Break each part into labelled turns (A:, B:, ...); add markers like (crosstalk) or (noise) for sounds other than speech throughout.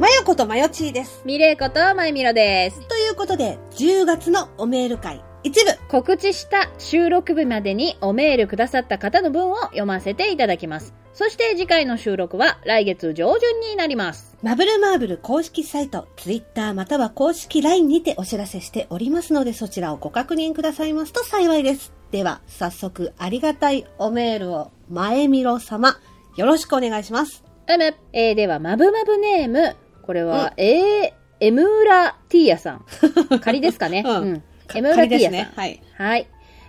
A: まよことまよちーです。
B: ミレイことまゆみろです。
A: ということで、10月のおメール会一部。
B: 告知した収録日までにおメールくださった方の分を読ませていただきます。そして次回の収録は来月上旬になります。
A: マブルマーブル公式サイト、ツイッターまたは公式 LINE にてお知らせしておりますので、そちらをご確認くださいますと幸いです。では、早速ありがたいおメールを、前みろ様、よろしくお願いします。
B: うむ。えー、では、まぶまぶネーム。これは、えー、エムーラティーヤさ
A: (laughs)
B: ん。仮ですかね。
A: うん
B: うん。
A: か
B: エムーラティー
A: 仮です
B: ヤさん。
A: ねはい。
B: はい。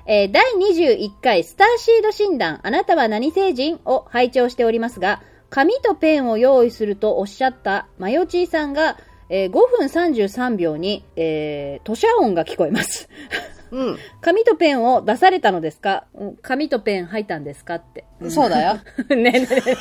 B: えー第21回スターシード診断、あなたは何星人を拝聴しておりますが、紙とペンを用意するとおっしゃったマヨチーさんが、えー5分33秒に、えー、吐射音が聞こえます。 (laughs)
A: うん。
B: 紙とペンを出されたのですかうん紙とペン入ったんですかって。ん
A: そうだよ。
B: ねえねえねえねえ。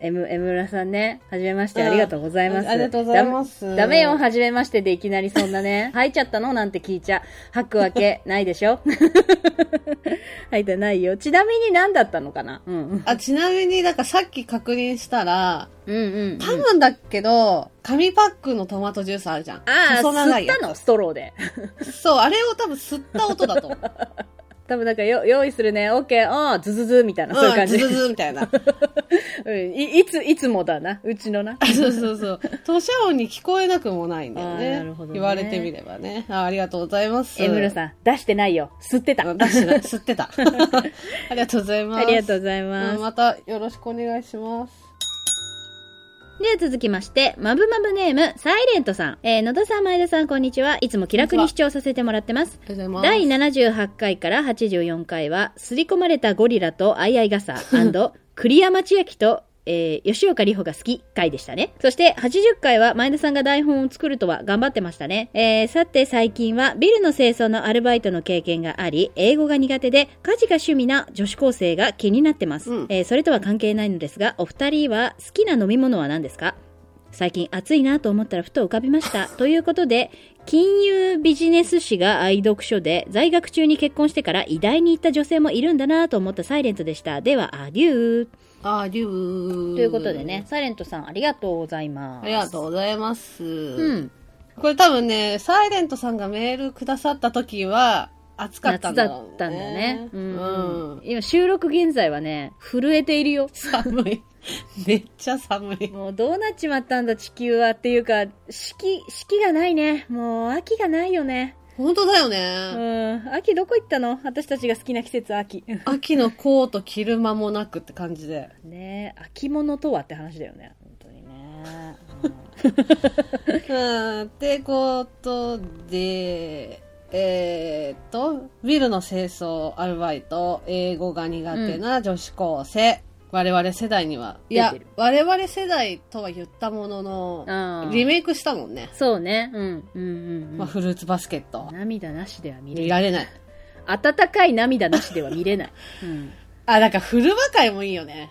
B: M、M 村さんね、はじめまして、
A: うん
B: ありがとうございます。
A: ありがとうございます
B: ダメダメよ、はじめましてでいきなりそんなね、吐いちゃったのなんて聞いちゃ、吐くわけないでしょ (laughs) 吐いてないよ。ちなみに何だったのかなうんうん。
A: あ、ちなみになんかさっき確認したら、
B: うんうん、うん。
A: 多分だけど、紙パックのトマトジュースあるじゃん。
B: ああ、
A: 細長い
B: 吸
A: や
B: っ
A: つ
B: たのストローで。
A: そう、あれを多分吸った音だと思う。
B: 多分なんかよ用意するね、オッケー、ああ、ズズズみたいな、そういう感じ。
A: ん、ズズズみたいな。
B: うんいいつ、いつもだな、うちのな。
A: (laughs) そうそうそう。図書音に聞こえなくもないんだよ
B: あ
A: ね。
B: ーなるほどね
A: 言われてみればねあー。ありがとうございます。
B: エムル
A: ん。
B: さん、出してないよ。吸ってた。あ
A: 出してない吸って
B: (laughs)
A: た。ありがとうございます。
B: りがとう
A: う
B: ございます。
A: んまたよろしくお願いします。
B: では続きまして、まぶまぶネーム、サイレントさん。えー、野田さん、前田さん、こんにちは。いつも気楽に視聴させてもらってます。
A: ありがとうござい
B: 第
A: ます。
B: 78回から84回は、すり込まれたゴリラとアイアイ傘栗山千明と、えー吉岡里帆が好き回でしたね。そして80回は前田さんが台本を作るとは頑張ってましたね。えーさて最近はビルの清掃のアルバイトの経験があり、英語が苦手で家事が趣味な女子高生が気になってます。
A: うん
B: えーそれとは関係ないのですが、お二人は好きな飲み物は何ですか最近暑いなと思ったらふと浮かびま (laughs) した。ということで、金融ビジネス誌が愛読書で、在学中に結婚してから医大に行った女性もいるんだなと思ったサイレントでした。では、アデュー。
A: あー、りゅう。
B: ということでね、。サイレントさんありがとうございます。
A: ありがとうございます。
B: う。ん。
A: これ多分ね、サイレントさんがメールくださった時は、暑かった
B: 夏
A: ん
B: だ
A: だ
B: っ
A: ろうね。
B: たんだね。う
A: うんん。
B: うん。今、収録現在はね、震えているよ。
A: 寒い。めっちゃ寒い。
B: もうどうなっちまったんだ地球はっていうか、四季、四季がないね。もう秋がないよね。
A: 本当だよ
B: う
A: ね。
B: ん。秋どこ行ったの私たちが好きな季節は秋。
A: 秋のコート着る間もなくって感じで。
B: ねえ秋物とはって話だよね本当にね、
A: うん、ってことで、えーっと、ビルの清掃アルバイト、英語が苦手な女子高生、我々世代には。いや
B: 出てる、
A: 我々世代とは言ったものの、
B: あ
A: リメイクしたもんね。
B: そうねうんうんうん、う
A: まあ、
B: ん、
A: フルーツバスケット。
B: 涙なしでは見れ
A: 見
B: ない
A: られない。
B: 温かい涙なしでは見れない、うん、
A: あ、なんかフルバ会もいいよね。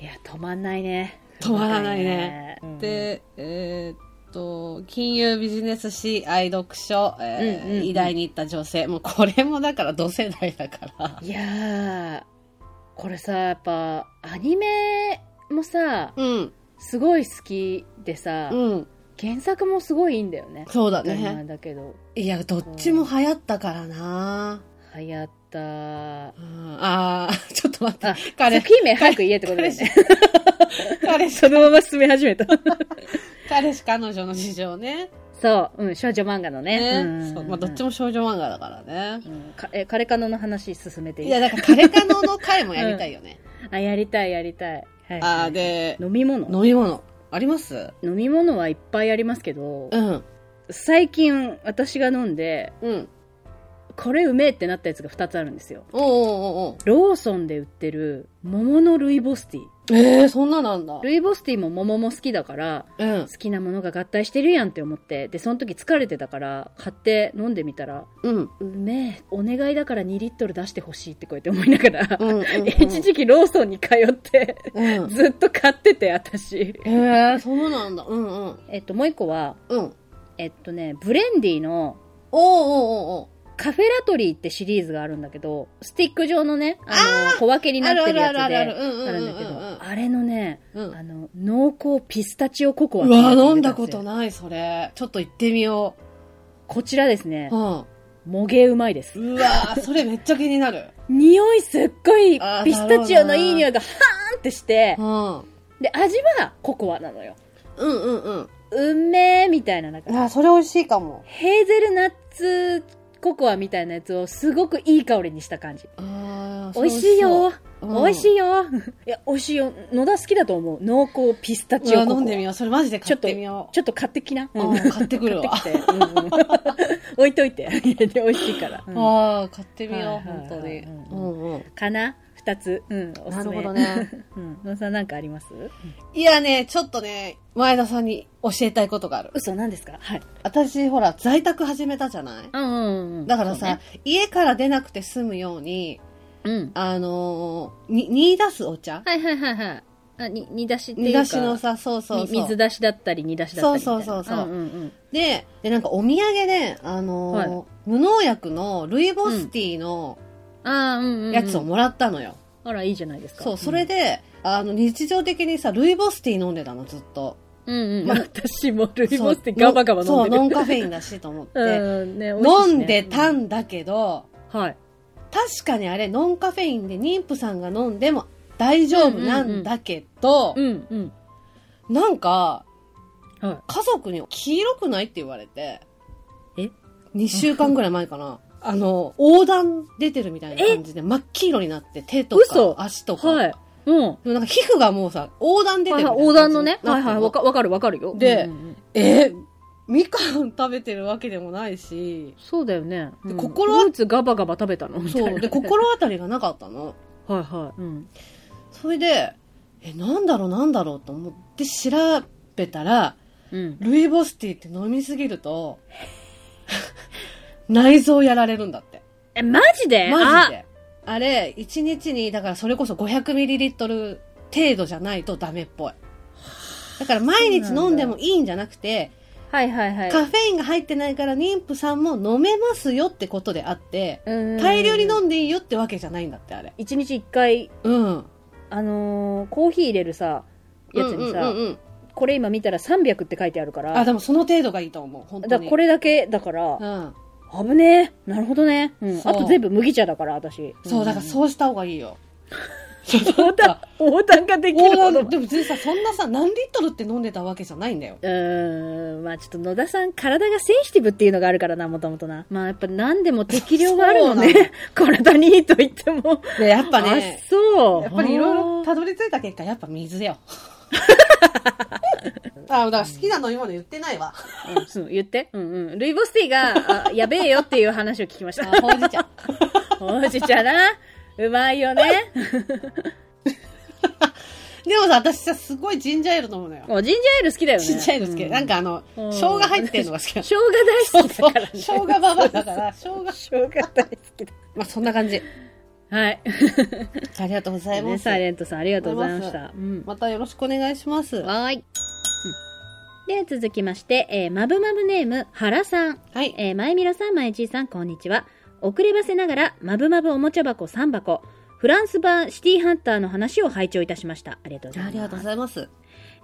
B: いや止まんないね
A: 止まらないね
B: 止まらないね
A: で、えーっと、金融ビジネス誌、愛読書、えー
B: うんうんうん
A: 医大に行った女性。もうこれもだから同世代だから
B: うん。いやーこれさやっぱアニメもさ
A: うん、
B: すごい好きでさ、
A: うん。
B: 原作もすごいいいんだよね
A: そうだ
B: 当たり前
A: ね。
B: だけど
A: いや、どっちも流行ったからな。
B: 流行った
A: うん、あー、ちょっと待って。
B: あ
A: 彼
B: 作品名早く言えってことだよね
A: 彼氏、
B: そのまま進め始めた
A: 彼氏彼女の事情ね。
B: そう、うん、少女漫画の
A: ね。
B: ね。うん
A: そうまあ、どっちも少女漫画だからね
B: う。んかえ、カレカノの話進めていい
A: いや、だから、彼彼のの回もやりたいよね。
B: あ、やりたい、やりたい。はい、
A: あー、で、
B: 飲み物
A: 飲み物、あります
B: 飲み物はいっぱいありますけど、
A: うん、
B: 最近私が飲んで、
A: うん。
B: これうめえってなったやつが2つあるんですよ。
A: おうおうおうおう
B: ローソンで売ってる桃のルイボスティー。
A: ええー、そんななんだ。
B: ルイボスティーも桃も好きだから、
A: うん
B: 好。きなものが合体してるやんって思って、で、その時疲れてたから、買って飲んでみたら、
A: うん。
B: うめえ、お願いだから2リットル出してほしいってこうやって思いながら、
A: うん。うん。
B: 一時期ローソンに通って、
A: うん。
B: ずっと買ってて、私。
A: ええー、そうなんだ。うんうん。
B: えっと、もう一個は、
A: うん。
B: えっとね、ブレンディの
A: おうおうおうおう
B: カフェラトリーってシリーズがあるんだけど、スティック状のね、あの、小分けになってるやつで、あるんだけど、あれのね、
A: うん
B: あの、濃厚ピスタチオココア
A: うわ、飲んだこと
B: な
A: ない、それ。ちょっと行ってみよ
B: こちらですね
A: う。う、ん。
B: もげうまいです。
A: うわ、それめっちゃ気になる。
B: 匂いすっごい
A: あー
B: ピスタチオのいい匂いがハーンってして
A: う、ん。うん
B: で、味はココアなのよ。
A: うんうん。
B: うんめーみたいな、なんか、
A: あ、それ美味しいかも。
B: ヘーゼルナッツココアみたいなやつをすごくいい香りにした感じ。
A: あー
B: 美味しい
A: う
B: よ、
A: ん
B: 美味しいよいや、美味しいよ。野田好きだと思う。濃厚ピスタ
A: う
B: チ
A: わ
B: オココア。
A: 飲んでみよう。それマジで買ってみよう。
B: ちょっと買ってきな。
A: うん買ってくるわ
B: 買ってきてうんうん (laughs) 置いといて。 (laughs) 家で美味しいから。うん
A: ああ、買ってみよう、
B: はいはい
A: 本当に。
B: う
A: うんんうん。
B: かな二つ。うん、おす
A: な
B: す
A: るほ
B: め。
A: ど。ね。
B: (laughs) うん。野田さんなんかあります
A: いやね、ちょっとね、前田さんに教えたいことがある。
B: 嘘、何ですかはい。
A: 私、ほら、在宅始めたじゃない
B: うんうんうん。
A: だから
B: そう
A: さ、
B: ね、
A: 家から出なくて済むように、
B: うん。
A: あのーに、煮出すお茶
B: はいはいはいはい。あ、に、煮出しってい
A: 煮
B: うか。
A: 出しのさ、そうそう
B: み
A: そう。
B: 水出しだったり、煮出しだったりみたいな。
A: そうそうそうそう
B: うんうん
A: で、で、なんかお土産で、あのー
B: は
A: 無農薬のルイボスティーの
B: うん。ああ、うんうんうん。
A: やつをもらったのよ。
B: あら、いいじゃないですか。
A: そう、それで、あの、日常的にさ、ルイボスティー飲んでたの、ずっと。
B: うんうん。
A: ま
B: 私もルイボスってガバガバ飲んでる。
A: そう、ノンカフェインだしと思って。
B: (laughs) うんね、美味しいしね
A: 飲んでたんだけど、
B: はい。
A: 確かにあれ、ノンカフェインで妊婦さんが飲んでも大丈夫なんだけど、
B: うんうん。
A: なんか、
B: は
A: 家族に黄色くないって言われて、
B: え
A: ?2 週間ぐらい前か
B: (laughs)
A: な。あの、横断出てるみたいな
B: え
A: 感じで真っ黄色になって、手とか
B: 嘘
A: 足と
B: い。
A: か。
B: はい。うん。
A: でもなんか皮膚がもうさ、横断出て
B: は
A: る
B: い
A: み
B: は
A: た
B: い、
A: いな感じ
B: 横断のね。
A: になっ
B: は
A: て
B: い
A: る
B: はい、わかわかるわかるよ。
A: で
B: うんうんうん
A: えみかん食べてるわけでもないし、
B: そうだよね。
A: で
B: うん
A: 心は
B: フルーツガバガバ食べたのみたい
A: そ
B: な
A: う。で、心当たりがなかったの。
B: (laughs) はいはい。うん。
A: それで、え、なんだろうなんだろうと思って調べたら、
B: うん。
A: ルイボスティーって飲みすぎると、 (laughs) 内臓やられるんだって。
B: え、マジで
A: マジで。あれ、1日に、だからそれこそ 500ml 程度じゃないとダメっぽい。だから毎日飲んでもいいんじゃなくて、
B: あはいはいはい。
A: カフェインが入ってないから妊婦さんも飲めますよってことであって、大量に飲
B: む。
A: んでいいよってわけじゃないんだって、あれ。
B: 一日一回、
A: うん。
B: あのー、コーヒー入れるさ、やつに
A: う
B: さ
A: んうん、うんうん
B: これ今見たら300って書いてあるから。
A: あ、でもその程度がいいと思う、本当
B: だ
A: に。
B: これだけだから
A: う、ん。
B: 危ねえ。なるほどね。うん。
A: そう
B: あと全部麦茶だから、私。
A: そう、だから
B: う
A: そうした方がいい (laughs) よ。
B: ん。横断、横断ができる
A: お
B: ほど
A: ーでも別にさ、そんなさ、何リットルって飲んでたわけじゃないんだよ。
B: うーん、まあちょっと野田さん体がセンシティブっていうのがあるからな、もともとな。まあやっぱ何でも適量があるの
A: そうなの
B: ね。 (laughs) 体にいいと言っても。
A: で、やっぱ
B: あ、そう。
A: やっぱりいろいろ
B: あ
A: たどり着いた結果、やっぱ水 (laughs) よ。あ、だから好きな飲み物言ってないわ。
B: ーうんそう言って。うんうん。ルイボスティーが、あやべえよっていう話を聞きまし
A: あ (laughs)
B: た。、
A: ほうじ茶。
B: ほうじ茶な。うまい
A: (laughs)
B: よね。
A: でもさ、私さ、すごいジンジャーエール飲むのよ。
B: おジンジャーエール好きだよね。
A: ちっちゃいの好き。
B: うん
A: なんかあの、
B: うん
A: 生姜入ってるのが好 (laughs) きなの。
B: 生姜大好きだからね。
A: 生姜ババアだから、生姜。
B: 生姜大好きだ。
A: まあ、そんな感じ。
B: はい。
A: ありがとうございま
B: ね
A: す
B: サイ。レントさんありがとうございまし
A: あ
B: た。うん。
A: またよろしくお願いします。は
B: はーい。で、続きまして、えー、まぶまぶネーム、原さん。
A: い。
B: えー、まえみらさん、まえじいさん、こんにちは。遅ればせながら、まぶまぶおもちゃ箱3箱、フランス版シティハンターの話を拝聴いたしました。ありがとうござい
A: あ
B: ます。
A: りがとうございます。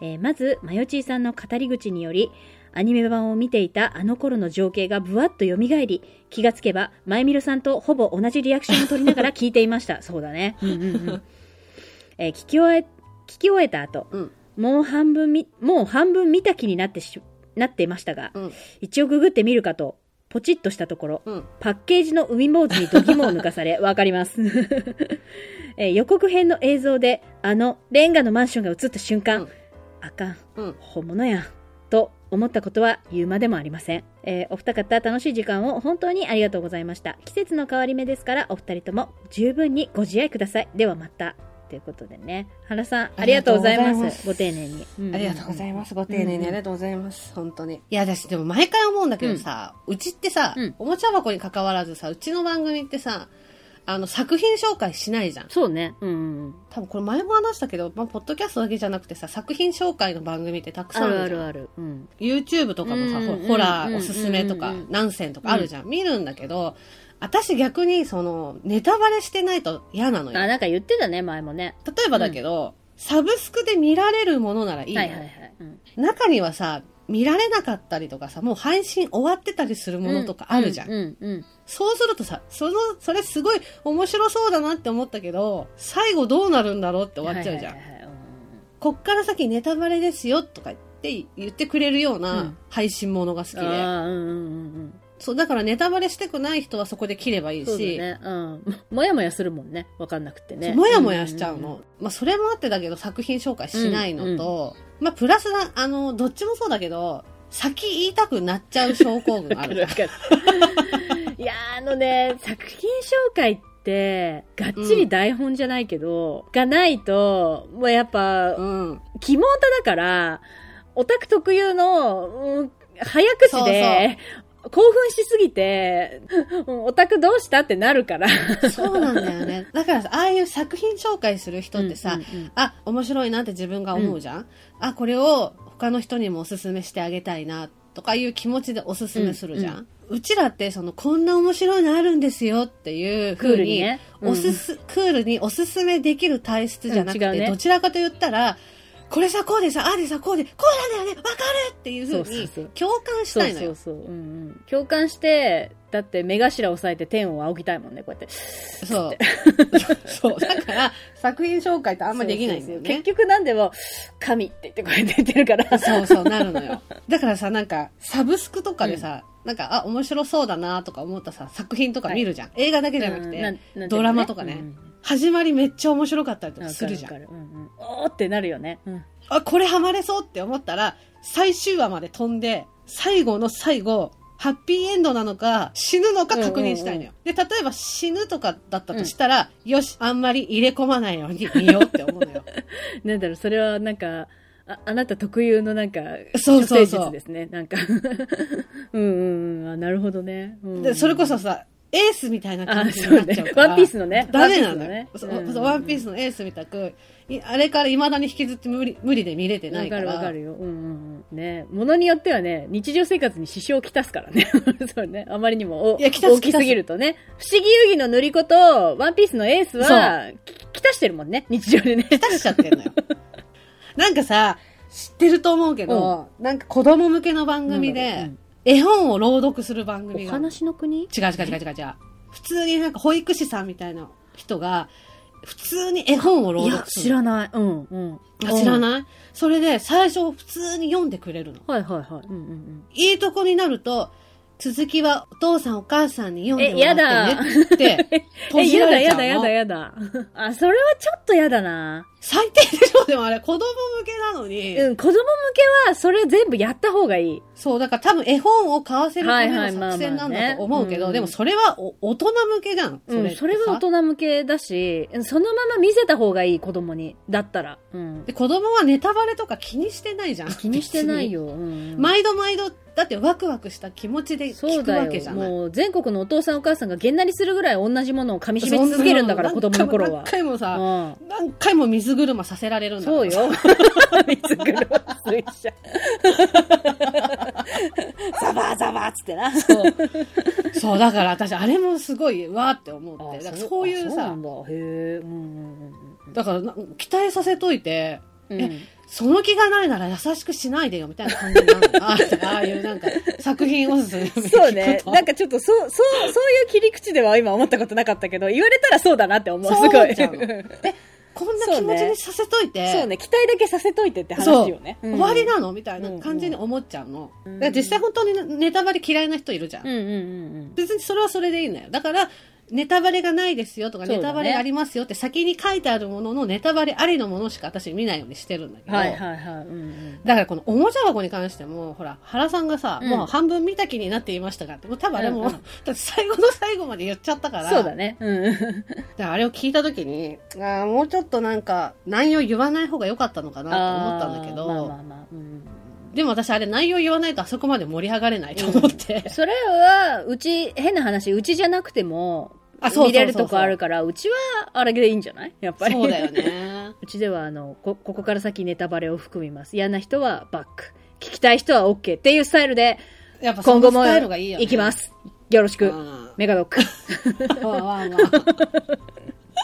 B: えーまず、まよちーさんの語り口により、アニメ版を見ていたあの頃の情景がぶわっと蘇り、気がつけば、まゆみるさんとほぼ同じリアクションを取りながら聞いていました。そうだね。うんうんうん。 (laughs) えー聞き終え、聞き終えた後、
A: うん
B: もう半分み、もう半分見た気になってし、なってましたが、
A: うん。
B: 一応ググってみるかと、ポチッとしたところ、
A: うん。
B: パッケージの海坊主に度肝を抜か
A: (laughs)
B: され、わかります。 (laughs) えー予告編の映像で、あの、レンガのマンションが映った瞬間、
A: うん
B: あかん、
A: うん
B: 本物やん、と思ったことは言うまでもありません。えーお二方楽しい時間を本当にありがとうございました。季節の変わり目ですから、お二人とも十分にご自愛ください。ではまた。ということでね。原さん、ありがとうございます。
A: ありがとうございま
B: ご丁寧に。。
A: ありがとうございますす。ご丁寧にありがとうございます。本当に。いや、私でも毎回思うんだけどさ、うちってさ、
B: うん
A: おもちゃ箱に関わらずさ、うちの番組ってさ、あの、作品紹介しないじゃん。
B: そうね。うんうん
A: 多分これ前も話したけど、まあ、ポッドキャストだけじゃなくてさ、作品紹介の番組ってたく
B: うん。
A: さ
B: あ
A: ん
B: る
A: あ
B: あ
A: るじゃん。
B: るある。うん。
A: YouTube とかもさ、
B: うん
A: ほ
B: うん
A: ホラ
B: うん
A: ーおすすめとか
B: うん、
A: 何選とかあるじゃん。見るんだけど、私逆にその、ネタバレしてないと嫌なのよ。
B: あ、なんか言ってたね、前もね。
A: 例えばだけど、サブスクで見られるものならいいの、
B: はいはいはい。うん
A: 中にはさ、見られなかったりとかさ、もう配信終わってたりするものとかあるじゃん。
B: うんうんうん
A: そうするとさ、その、それすごい面白そうだなって思ったけど、最後どうなるんだろうって終わっちゃうじゃん。
B: はいはいはいはい
A: こっから先ネタバレですよとか言って言ってくれるよう
B: う
A: なん配信ものが好き
B: うん
A: で。
B: あーうんうんうんうん
A: そう、だからネタバレしてくない人はそこで切ればいい
B: そうだ
A: し、
B: ね。うん。 (laughs) もやもやするもんね。わかんなくてね。
A: もやもやしちゃうの。
B: んんん。
A: まあ、それもあってだけど作品紹介しないのと、まあ、プラスな、あの、どっちもそうだけど、先言いたくなっちゃう症候群があ
B: わか
A: る
B: る
A: じゃ
B: わ
A: ん。
B: かる。 (laughs) いやーあのね、作品紹介って、がっちり台本じゃないけど、がないと、もうやっぱ、
A: うん。
B: キモオタだから、オタク特有の、うん早口で、興奮しすぎて、うんオタクどうしたってなるから。
A: そうなんだよ
B: (laughs)
A: ね。だからさ、ああいう作品紹介する人ってさ、
B: うんうんうん
A: あ、面白いなって自分が思うじゃん、あ、これを他の人にもおすすめしてあげたいな、とかいう気持ちでおすすめするじゃん、う
B: うん
A: ちらって、その、こんな面白いのあるんですよっていう
B: クー
A: 風
B: ルに
A: に、
B: ね。
A: おすす、クールにおすすめできる体質じゃなくて、
B: うん違うね
A: どちらかと言ったら、これさ、こうでさ、ああでさ、こうで、こうなんだよね、わかるっていう風
B: そう
A: に
B: そうそう
A: 共感したいのよ。
B: そうそうそう、うんうん、共感してだって目頭押さえて天を仰ぎたいもんねこうやって
A: そう。そう。 (laughs) だから、作品紹介ってあ
B: あ
A: んまできないんだよね。
B: 結局なんでも神って言ってこうやって言ってるか
A: (laughs)
B: ら
A: そうそう、なるのよ。だからさ、なんか、サブスクとかでさ、なんか、あ、面白そうだなとか思ったさ、作品とか見るじゃん。映画だけじゃなくて、
B: うん (laughs) なんなんていうのね
A: ドラマとかね
B: うん
A: 始まりめっちゃ面白かったりと
B: わか
A: か
B: る
A: するじゃ
B: わ
A: ん。
B: かるうんうんおーってなるよね、うん
A: あ、これハマれそうって思ったら、最終話まで飛んで、最後の最後、ハッピーエンドなのか、死ぬのか確認したいのよ。で、例えば死ぬとかだったとしたら、よし、あんまり入れ込まないように見ようって思うのよ。
B: なんだろうそれはなんかああなた特有のなんか
A: そうそうそう
B: 処世術ですねなんか (laughs) うんうんうんあなるほどね、 (laughs) うんうん
A: で、それこそさ、エースみたいな感
B: あ
A: じ
B: そ
A: にな
B: う
A: っちゃ
B: ね
A: うから。
B: ワンピースのね
A: ダメなのよ。
B: ワンピース
A: そ
B: のね
A: うそうワンピースのエースみたく、いあれから未だに引きずって無理無理で見れてな
B: わ
A: いか。
B: からるわかるよ。うんうんうん。ねものによってはね、日常生活に支障をきたすからね。 (laughs) そうね。あまりにもお
A: いやきたす
B: 大きすぎるとね。不思議遊戯の塗り子と、ワンピースのエースは、ききたしてるもんね。日常でね。
A: 出しちゃって
B: (laughs)
A: んのよ。なんかさ、知ってると思うけど、なんか子供向けの (laughs) 番組
B: な
A: で
B: ん、
A: 絵本を朗読する番組
B: お
A: が。
B: 話の
A: 違
B: 国
A: う違う違う違う違う。普通になんか保育士さんみたいな人が、普通に絵本を朗
B: いや
A: 読、す
B: 知
A: るの。
B: らない。うんうん。
A: あ知ら
B: い。
A: ないそれで最初普通に読んでくれるの。
B: はいはいはい。うんうん
A: いいとこになると、続きはお父さんお母さんに読んでも
B: えや
A: ら
B: だ
A: ってねって、
B: う
A: (laughs) 閉
B: ん。え、
A: じ
B: や
A: ら
B: だ
A: れちゃ
B: や
A: うの
B: だやだやだ。 (laughs) あ、それはちょっとやだな。
A: 最低でしょでもあれ、子供向けなのに。
B: うん、子供向けは、それ全部やった方がいい。
A: そう、だから多分絵本を買わせるため
B: はいは
A: の
B: いまあまあ
A: 作戦なんだ
B: ね
A: と思うけど、
B: うん
A: でもそれはお大人向けじゃん。それ,、
B: うん、それは大人向けだし、うんそのまま見せた方がいい、子供に。だったら。うん。
A: で、子供はネタバレとか気にしてないじゃん。
B: 気にしてない
A: よ。
B: よ。うん、
A: 毎度毎度、だってワクワクした気持ちで
B: そ
A: 聞
B: う
A: く
B: だ
A: わけじ
B: よ。
A: ゃない。
B: もう全国のお父さんお母さんがげんなりするぐらい同じものを噛み締め続けるんだから、
A: そ
B: 子
A: (laughs) な
B: 供の頃
A: 何。
B: は
A: 回も何回もさ、
B: う
A: 何回も水車させられるん
B: ん。
A: だから
B: そうよ。水車水車。 (laughs) ザバーザバーっつってな。
A: そう、だから私、あれもすごい、わーって思って。だからそういう
B: あそうな
A: さ
B: ん、だ。へえ。うんうんうん
A: だからな、期待させといて、
B: うん。うん
A: その気がないなら優しくしないでよ、みたいな感じになるのあ
B: (laughs)
A: ああいうなんか、作品を進めるべきこと
B: そうね。なんかちょっと、そう、そう、そういう切り口では今思ったことなかったけど、言われたらそうだなって思う。
A: そう
B: すご
A: 思っ
B: い。
A: ちゃう
B: (laughs)
A: の
B: うん
A: こんな気持ちにさせといて、
B: そうね。期待だけさせといてって
A: そう
B: 話よね。うん
A: 終わりなのみたいな感じに思っちゃうの。
B: うんうん
A: だから実際本当にネタバレ嫌いな人いるじゃん。
B: うんうんうんうん。
A: 別にそれはそれでいいんだよ。だから、ネタバレがないですよとか、
B: そうだ
A: ネ
B: ね
A: タバレありますよって先に書いてあるものの、ネタバレありのものしか私見ないようにしてるんだけど。
B: はいはいはい。うんうん
A: だからこのおもちゃ箱に関しても、ほら、原さんがさ、
B: うん
A: もう半分見た気になっていましたがって、もう多分あれも、
B: うんう
A: (laughs)
B: ん
A: だって最後の最後まで言っちゃったから、
B: そうだね。うん。
A: だからあれを聞いた時に、ああ、もうちょっとなんか、内容言わない方が良かったのかなと思ったんだけど、
B: あーまあまあまあ。うん
A: でも私あれ内容言わないとあそこまで盛り上がれないと思って。
B: (laughs) それは、うち、変な話、うちじゃなくても、
A: あそうそうそうそう
B: 見れるとこあるから、うちは、あれでいいんじゃないやっぱり。
A: そうだよ。ね。
B: うちでは、あの、こ、ここから先ネタバレを含みます。嫌な人はバック。聞きたい人は OK っていうスタイルで、
A: やっぱその
B: 今後
A: ス
B: も
A: タイルがいいよ、ね。(laughs)
B: (laughs) 行きます。よろしく。
A: うん。
B: メガドック。
A: わあわあわ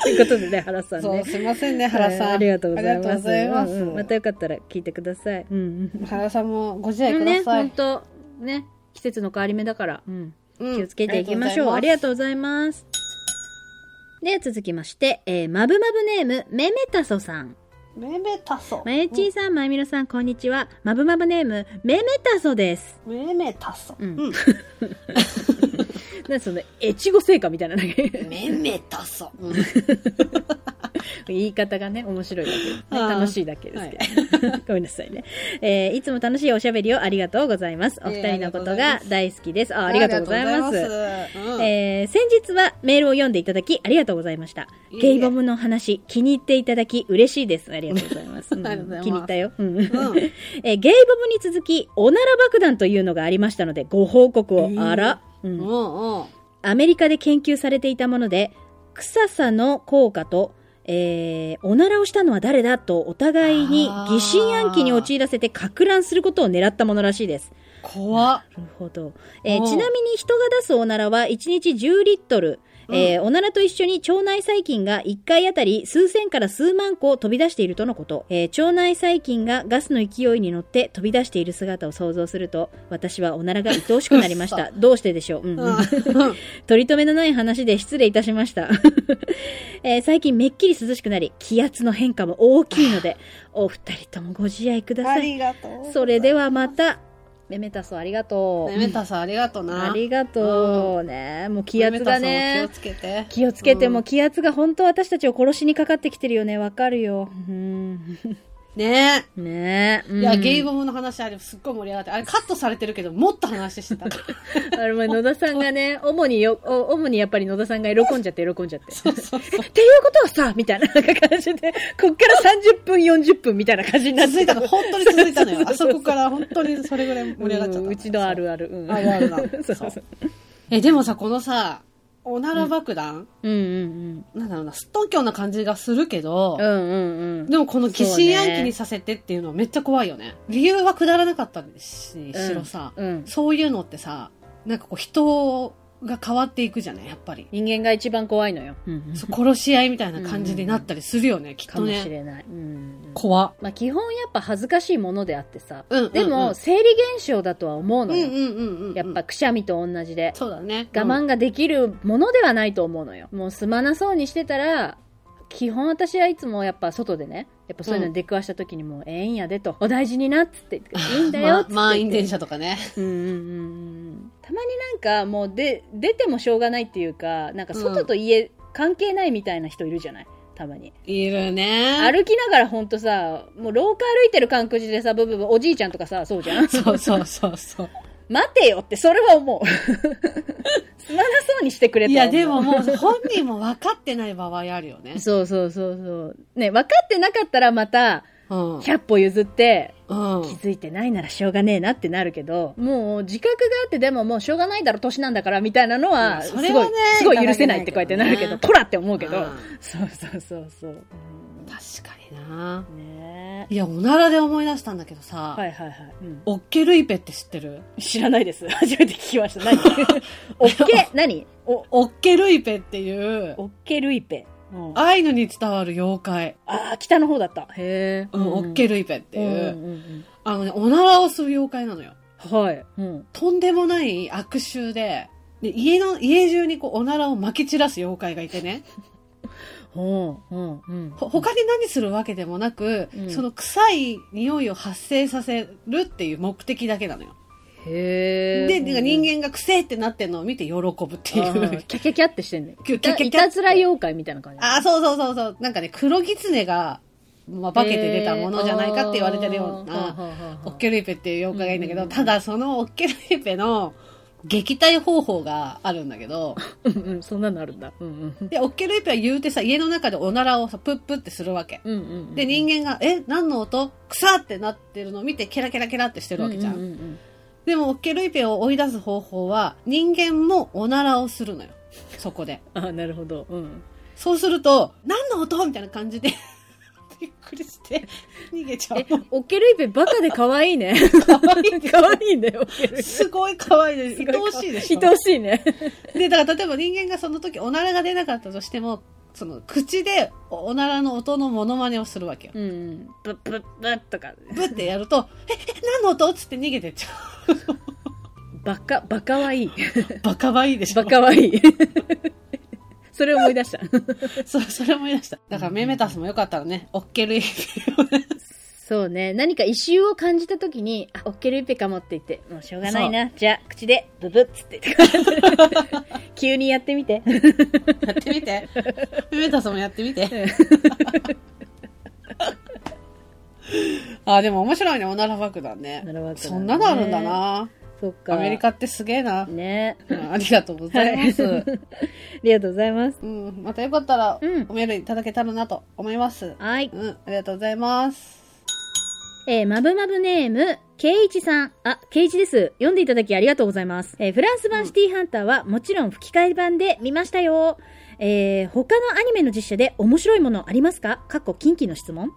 B: ということでね、原さ
A: (laughs)
B: ん
A: そう、
B: ね。
A: すいませんね、原さん。
B: はいありがとうございます。
A: ありがとうございます
B: うんうんまたよかったら聞いてください。うんうん。
A: 原さんもご自
B: で
A: 愛
B: も
A: く
B: ね、
A: ださい。
B: 本当ね、季節の変わり目だから、うん
A: うん
B: 気をつけていきましょう。ありがとうございます。で、続きまして、えー、まぶまぶネーム、めめたそさん。
A: うございます。めめたそ。
B: まゆちーさん、まゆみろさん、こんにちは。まぶまぶネーム、めめたそです。
A: めめたそ。
B: うん (laughs)
A: うん。
B: なんかその、越後製菓みたいな、なん (laughs) か
A: めめたそ。うん
B: 言い方がね、面白いだけですね、
A: あー
B: 楽しいだけですけど。 (laughs) ごめんなさいね。えーいつも楽しいおしゃべりをありがとうございます。お二人のことが大好きです。あありがとうございます。
A: ありがとうございます。うん
B: えー先日はメールを読んでいただきありがとうございました。
A: いえいえ
B: ゲイボムの話気に入っていただき嬉しい (laughs) です。ありがとうございます。うん
A: ありがとうございます
B: 気に入ったよ、うん
A: うん
B: えーゲイボムに続き、おなら爆弾というのがありましたのでご報告を。
A: えー
B: あら、う
A: うんんうん。
B: アメリカで研究されていたもので、臭さの効果と、えーおならをしたのは誰だとお互いに疑心暗鬼に陥らせて攪乱することを狙ったものらしいです。
A: 怖っ。
B: なるほど、えー
A: うん
B: ちなみに人が出すおならは1日10リットル、えーおならと一緒に腸内細菌が1回あたり数千から数万個飛び出しているとのこと、えー腸内細菌がガスの勢いに乗って飛び出している姿を想像すると私はおならが愛おしくなりまし
A: う
B: (laughs) たどうしてでしょう、うんうん
A: うん
B: 取り留めのない話で失礼いたしました、 (laughs) えー最近めっきり涼しくなり気圧の変化も大きいのでお二人ともご自愛くだ
A: あ
B: さい
A: りがとう。
B: それではまためめたそうありがとう
A: めめたそありがとうな。
B: ありがとうね。もう気圧が
A: めめ
B: ね
A: た。そ気をつけて。
B: 気をつけて、
A: うん
B: もう気圧が本当私たちを殺しにかかってきてるよね。わかるよ。うん。
A: ね
B: ねえ。
A: え。いや、ゲイ
B: ボ。
A: ボムの話あれすっごい盛り上がって、あれカットされてるけど、もっと話
B: (laughs)
A: してた。
B: (laughs) あれ、まあ野田さんがね、主によ、お主にやっぱり野田さんが喜んじゃって、喜んじゃって。
A: そうそうそう。
B: (laughs) っていうことはさ、みたいな (laughs) なんか感じで、こっから30分、40分みたいな感じになって。
A: 続いたの、本当に続いたのよ。
B: そ
A: あ
B: うそうそう
A: そこから本当にそれぐらい盛り上がっちゃった。
B: (laughs) うんうちのあるある。うん。
A: あるあるな
B: (laughs) そうそうそ。
A: そうえ、でもさ、このさ、おなら爆弾、
B: うんうん
A: なんだろうな、すっとんきょうな感じがするけど
B: うん。う、んうんうん。
A: でもこの疑心暗鬼にさせてっていうのはめっちゃ怖いよね。理由はくだらなかったし、しろさ、
B: うん。
A: そういうのってさ、なんかこう人が変わっていくじゃない、やっぱり。
B: 人間が一番怖いのよ。うんうん
A: そう殺し合いみたいな感じになったりするよね、きっ
B: か
A: と
B: もし
A: ね。
B: れない。うん。
A: 怖っ
B: まあ、基本やっぱ恥ずかしいものであってさ、
A: うんうんうん
B: でも生理現象だとは思う
A: うん
B: の
A: う
B: よ、
A: んうんうん。
B: やっぱ、くしゃみと同じで
A: そうだね。
B: 我慢ができるものではないと思うのよもうすまなそうにしてたら基本私はいつもやっぱ外でねやっぱそういうのに出くわした時にもうええんやでと、お大事になっつっていいんだよっつって言って、
A: ま、満員電車とかね。
B: うんうんうんうんたまになんかもうで出てもしょうがないっていうかなんか外と家関係ないみたいな人いるじゃないたまに
A: いるね。
B: (laughs) 歩きながらほんとさ、もう廊下歩いてる感覚でさ、ブブブ、おじいちゃんとかさ、そう
A: (laughs)
B: じゃん
A: そうそうそうそう。
B: 待てよって、それは思う。 (laughs) すまなそうにしてくれ
A: い
B: とは
A: や、
B: 思
A: でも
B: う
A: もう本人も分かってない場合あるよね。
B: (laughs) そうそうそうそう。ね、分かってなかったらまた、
A: うん。
B: 100歩譲って、
A: うん
B: 気づいてないならしょうがねえなってなるけど、もう自覚があってでももうしょうがないだろ、年なんだからみたいなのは、
A: うん
B: す
A: そ
B: ごい
A: れはね、
B: すごい許せないってこうやってなるけど、
A: いただけないけどね
B: こらって思うけ
A: う
B: ど
A: ん。
B: そうそうそうそう。
A: 確かにな
B: ね
A: いや、おならで思い出したんだけどさ、
B: はいはいはい。うん
A: オッケルイペって知ってる
B: 知らな
A: (laughs)
B: いです。初めて聞きま (laughs) した。何オッケ、何お、
A: オッケルイペっていう、
B: オッケルイペ。うんあ
A: アイヌに伝わる妖怪。
B: あー、北の方だった。へえ。
A: うん、オッケルイペって
B: うん
A: いう、
B: うん
A: あのね、おならをする妖怪なのよ。
B: うんはい。うん。
A: とんでもない悪臭で、で家の、家中にこう、おならを撒き散らす妖怪がいてね。
B: うん。うん。うん。
A: ほ他に何するわけでもなく、
B: うん
A: その臭い匂いを発生させるっていう目的だけなのよ。
B: へえ。
A: で、なんか人
B: っ
A: 間が臭いってなってるのを見て喜ぶっていう。
B: キャキャキャってしてんね。
A: キャキャキャ
B: いたいたずら妖怪みたいな感じ。
A: ああ、そうそうそうそう。なんかね、黒狐が、まあ、化けて出たものじゃないかって言われてるよう
B: へ
A: な、
B: ーあーはあはあはあ
A: オッケルイペっていう妖怪がいいんだけ
B: う
A: ど、
B: ん
A: ただそのオッケルイペの撃退方法があるんだけど、
B: うんうん、そんなのあるんだ。うんうん。
A: で、オッケルイペは言うてさ、家の中でおならをさ、プップってするわけ。
B: うんうんうん。
A: で、人間が、え、何の音草ってなってるのを見て、ケラケラケラってしてるわけじゃ。
B: うんんうんうん
A: でも、オッケルイペを追い出す方法は、人間もおならをするのよ。そこで。
B: ああ、なるほど。うん。
A: そうすると、何の音みたいな感じで、 (laughs) びっくりして、逃げちゃ
B: え
A: う。、
B: オッケルイペバカで可愛いね。
A: (laughs) 可愛い
B: 可愛いね、オッケルイペ。
A: すごい可愛いです。
B: す
A: 愛
B: ごい
A: おしいでしょ。
B: 愛おしいね。
A: で、だから例えば人間がその時おならが出なかったとしても、その、口でおおならの音のモノマネをするわけよ。
B: うん。ブッブッブッとか。
A: ブってやると、え、え、何の音っつって逃げてっちゃ
B: バカ、バカはいい。 (laughs)
A: う。バカばいいでしょ
B: バ。カはい
A: (laughs)
B: い。それを思い出した。
A: そう、それ思い出した。だから、メメタスもよかったらね、オッケルイ
B: そうね。何か異臭を感じたときに、あ、オッケルイペかもって言って、もうしょうがないな。じゃあ、口で、ブブッつって。急にやって
A: (laughs)
B: みて。
A: やってみ
B: (laughs)
A: て。メメタスもやってみて。 (laughs) あ、でも面白いね、おなら爆弾ね。
B: なるほどね
A: そんなのあるんだ。な。
B: そっか。
A: アメリカってすげえな。
B: ね。
A: うんありがとうございます。
B: はありがとうございます。
A: うん、またよかったら
B: うん
A: おメールいただけたらなと思います。
B: はい。
A: うん、ありがとうございます。
B: えー、まぶまぶネーム、ケイイチさん。あ、ケイイチです。読んでいただきありがとうございます。えー、フランス版シティハンターはもちろん吹き替え版で見ましたよ。えー、他のアニメの実写で面白いものありますかかっこ近畿の質問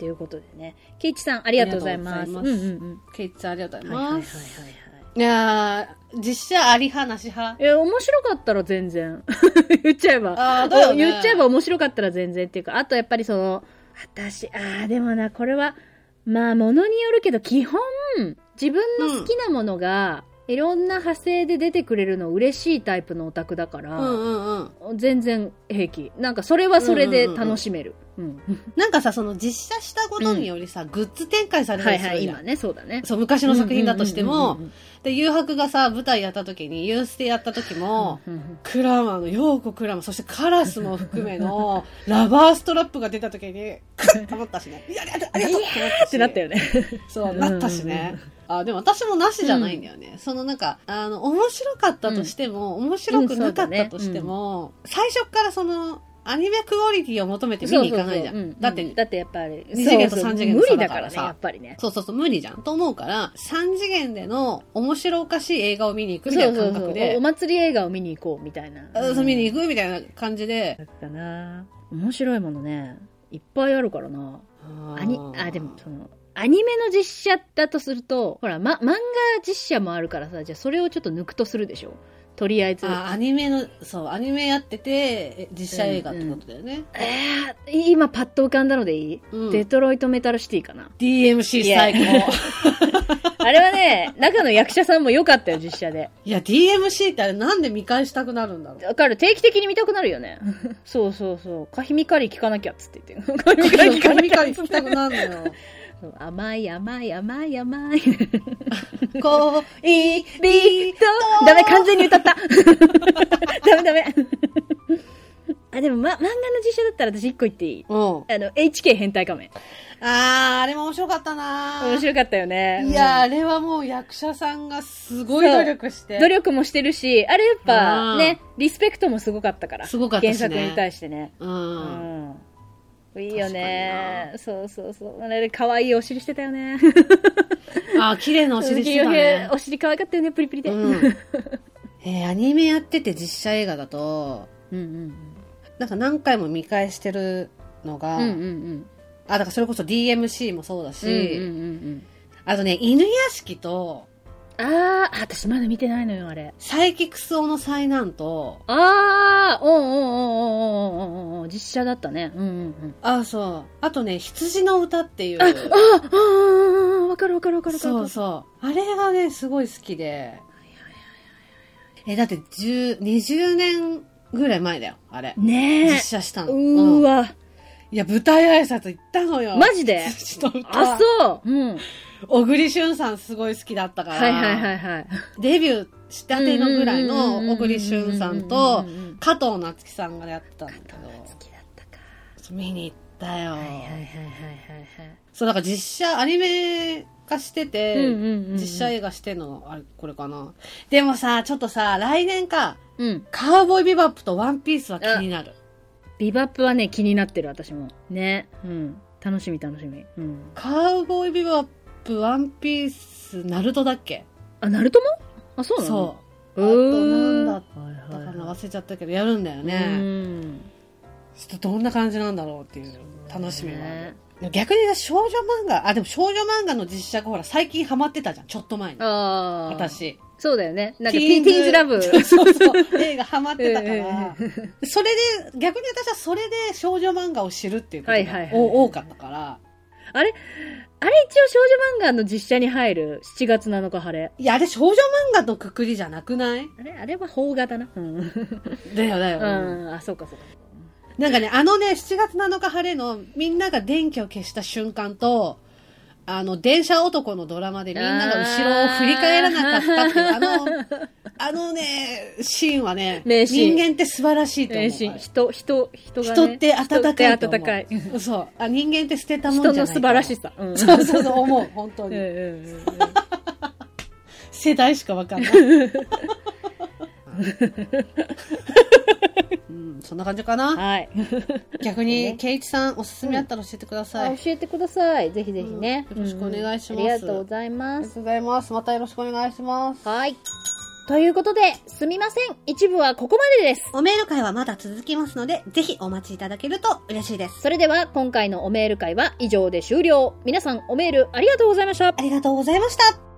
B: ということでね。ケイイチさん、ありがとうございます。
A: ありがとうございます
B: うんうん
A: ケイツさんありがとうご
B: うん。
A: ざい
B: はいはいは
A: ま
B: いはい
A: す。いやー、実写あり派なし派。
B: えー、面白かったら全然。 (laughs) 言っちゃえば。
A: あー、だよね。
B: 言っちゃえば面白かったら全然っていうか、あとやっぱりその、私、あーでもな、これは、まあ、ものによるけど、基本、自分の好きなものが、いろんな派生で出てくれるの嬉しいタイプのオタクだから、
A: うんうんうん。
B: 全然平気。なんか、それはそれで楽しめる。うん
A: なんかさ、その実写したことによりさ、グッズ展開された
B: は
A: り
B: い
A: す
B: は
A: る
B: い、
A: じゃん。
B: 今ね、そうだね。
A: そう、昔の作品だとして
B: う
A: も
B: んう、ん
A: で、誘白がさ、舞台やった時に、ユーステやった時も、
B: うんうんうん、うん
A: クラマーの、ヨーコクラマー、そしてカラスも含めの、 (laughs) ラバーストラップが出た時に、クッと思ったしね。 (laughs) いや、ありがとう、ありがとう
B: うんってなったよね。
A: そう、なったしね。あ、でも私もなしじゃないんだよね。そのなんか、あの、面白かったとしても、面白くなかったとしても、最初からその、アニメクオリティを求めて見に行かないじゃん。
B: そうそうそうう
A: だって、
B: だってやっぱり、
A: 二次元と
B: そうそう
A: 三次元の
B: 無
A: 差
B: 理
A: だ
B: だ
A: か
B: かららね、
A: さ
B: やっぱりね。
A: そうそうそう、無理じゃんと思うから、3次元での面白おかしい映画を見に行くみたいな感覚
B: お
A: で
B: お、祭り映画を見に行こうみたいな。
A: あそう見に行くみたいな感じで。
B: だったな面白いものねいっぱいあるからなアニあでもそのアニメの実写だとするとほら、ま、漫画実写もあるからさじゃあそれをちょっと抜くとするでしょとりあえず
A: あアニメの、そう、アニメやってて、え実写映画ってことだよね。
B: えー、今パッと浮かんだのでいい、
A: うん
B: デトロイトメタルシティかな
A: DMC
B: いや
A: 最高。
B: (laughs)
A: (laughs)
B: あれはね中の役者さんも良かったよ実写で
A: いや、DMC ってあれなんで見返したくなるん
B: (laughs)
A: だろう。
B: だから定期的に見たくなるよ (laughs) ねそうそうそうカヒミカリ聞かなきゃっつって言ってるカヒミカリ聞 (laughs) かな
A: 神
B: きゃ
A: 々
B: っつ
A: 聞
B: っ
A: き
B: て
A: たくなるの
B: (laughs)
A: よ。
B: そう甘い甘い甘い甘い
A: こう、
B: いい、ビートダメ、完全に歌った (laughs) ダメダメあ、でも、ま、漫画の実写だったら私一個言っていい
A: うん。
B: あの、HK 変態仮面。
A: あー、あれも面白かったな
B: 面白かったよね。
A: いやー、あれはもう役者さんがすごい
B: そ
A: 努
B: う
A: 力して。
B: 努力もしてるし、あれやっ
A: う
B: ぱ
A: ん
B: ね、リスペクトもすごかったから。
A: すごかったしね
B: 原作に対してね。
A: う。
B: うんん。いいよね。そうそうそう。あれ、可愛いお尻してたよね。
A: あー、綺麗なお尻
B: 鈴木
A: して
B: 亮
A: たね
B: 平、。お尻可愛かったよね、プリプリで。 (laughs)
A: うん。えーアニメやってて実写映画だと、
B: うんうん
A: なんか何回も見返してるのが、
B: うんうんうん
A: あ、だからそれこそ DMC もそうだし、
B: うんうんうん
A: あとね、犬屋敷と、
B: うん。あー、私まだ見てないのよ、あれ。
A: サイキクスオの災難と、
B: ああ、おんおんおんおんおんおんおん実写だったね。うんうんうん。
A: あ、そう。あとね、羊の歌っていう。
B: ああ、ああ、わかるわかるわかるわかる。
A: そうそう。あれがね、すごい好きで。え、だって10、20年ぐらい前だよ、あれ。実
B: ねえ。
A: 写したの。
B: うー
A: うん
B: わ。
A: いや、舞台挨拶行ったのよ。
B: マジ
A: (laughs)
B: で
A: 羊の歌
B: あ、そう。うん。
A: 小栗旬さんすごい好きだったから。
B: はいはいはいはい。
A: デビューしたてのぐらいの小栗旬さんと
B: うんうんうんうんうん、
A: 加藤夏樹さんがやってたんだけど、
B: 好きだったか。
A: 見に行ったよ。
B: はいはいはいはいはいはい。
A: そう、なんか実写、アニメ化してて、
B: うんうんうんうん
A: 実写映画してんの、あれ、これかな。でもさ、ちょっとさ、来年か、
B: うん。
A: カウボーイビバップとワンピースは気になる。
B: ビバップはね、気になってる私も。ね。うん。楽しみ楽しみ。うん。
A: カウボーイビバップ、ワンピース、ナルトだっけ
B: あ、ナルトもあ、そうなの
A: そう。
B: うー
A: あとなんだ
B: はい
A: だ
B: は
A: か
B: い
A: ら
B: はい
A: 忘れちゃったけど、やるんだよ
B: う
A: ね。
B: ん
A: ちょっとどんな感じなんだろうっていう楽しみがある。
B: ね
A: 逆に言うと少女漫画、あ、でも少女漫画の実写がほら最近ハマってたじゃん、ちょっと前に。
B: ああ。。
A: 私。
B: そうだよね。なんかテ
A: ティー
B: ィ
A: ン
B: テ
A: ズ
B: ィーンズラブ。
A: (laughs) そうそう。映画ハマってたか
B: え
A: ら。それで、逆に私はそれで少女漫画を知るっていうこと
B: はいはいは
A: が
B: い
A: お多かったから。
B: あれあれ一応少女漫画の実写に入る7月7日晴れ。
A: いや、あれ少女漫画のくくりじゃなくない
B: あれあれは邦画だな。うん。
A: だよだ
B: う
A: よ。
B: ん。あ、そうかそうか。
A: なんかね、あのね、7月7日晴れのみんなが電気を消した瞬間と、あの、電車男のドラマでみんなが後ろを振り返らなかったっていう、あ
B: (laughs)
A: の、あのね、シーンはね、
B: 名シーン
A: 人間って素晴らしいと思う。
B: えー、人、人、人が、ね。
A: 人って温かいと
B: 人って温かい。
A: 思う。そう。あ、人間って捨てたもんじゃな
B: 人
A: い
B: の素晴らし
A: さ。
B: さ。うん。
A: そうそうそう、
B: (laughs)
A: 思う、本当
B: うん
A: に。
B: うんうんうん
A: 世代しかわか
B: (laughs)
A: んない。うん、そんな感じかな。
B: はい。
A: 逆に、ケイチさん、おすすめあったら教えてください。
B: あ教えてください。ぜひぜひね。
A: うんよろしくお願いします
B: うんありがとうございま
A: ありが
B: す。
A: とうございます。またよろしくお願いします。
B: はい。ということで、すみません。一部はここまでです。
A: おメール会はまだ続きますので、ぜひお待ちいただけると嬉しいです。
B: それでは、今回のおメール会は以上で終了。皆さん、おメールありがとうございました
A: あ。りがとうございました。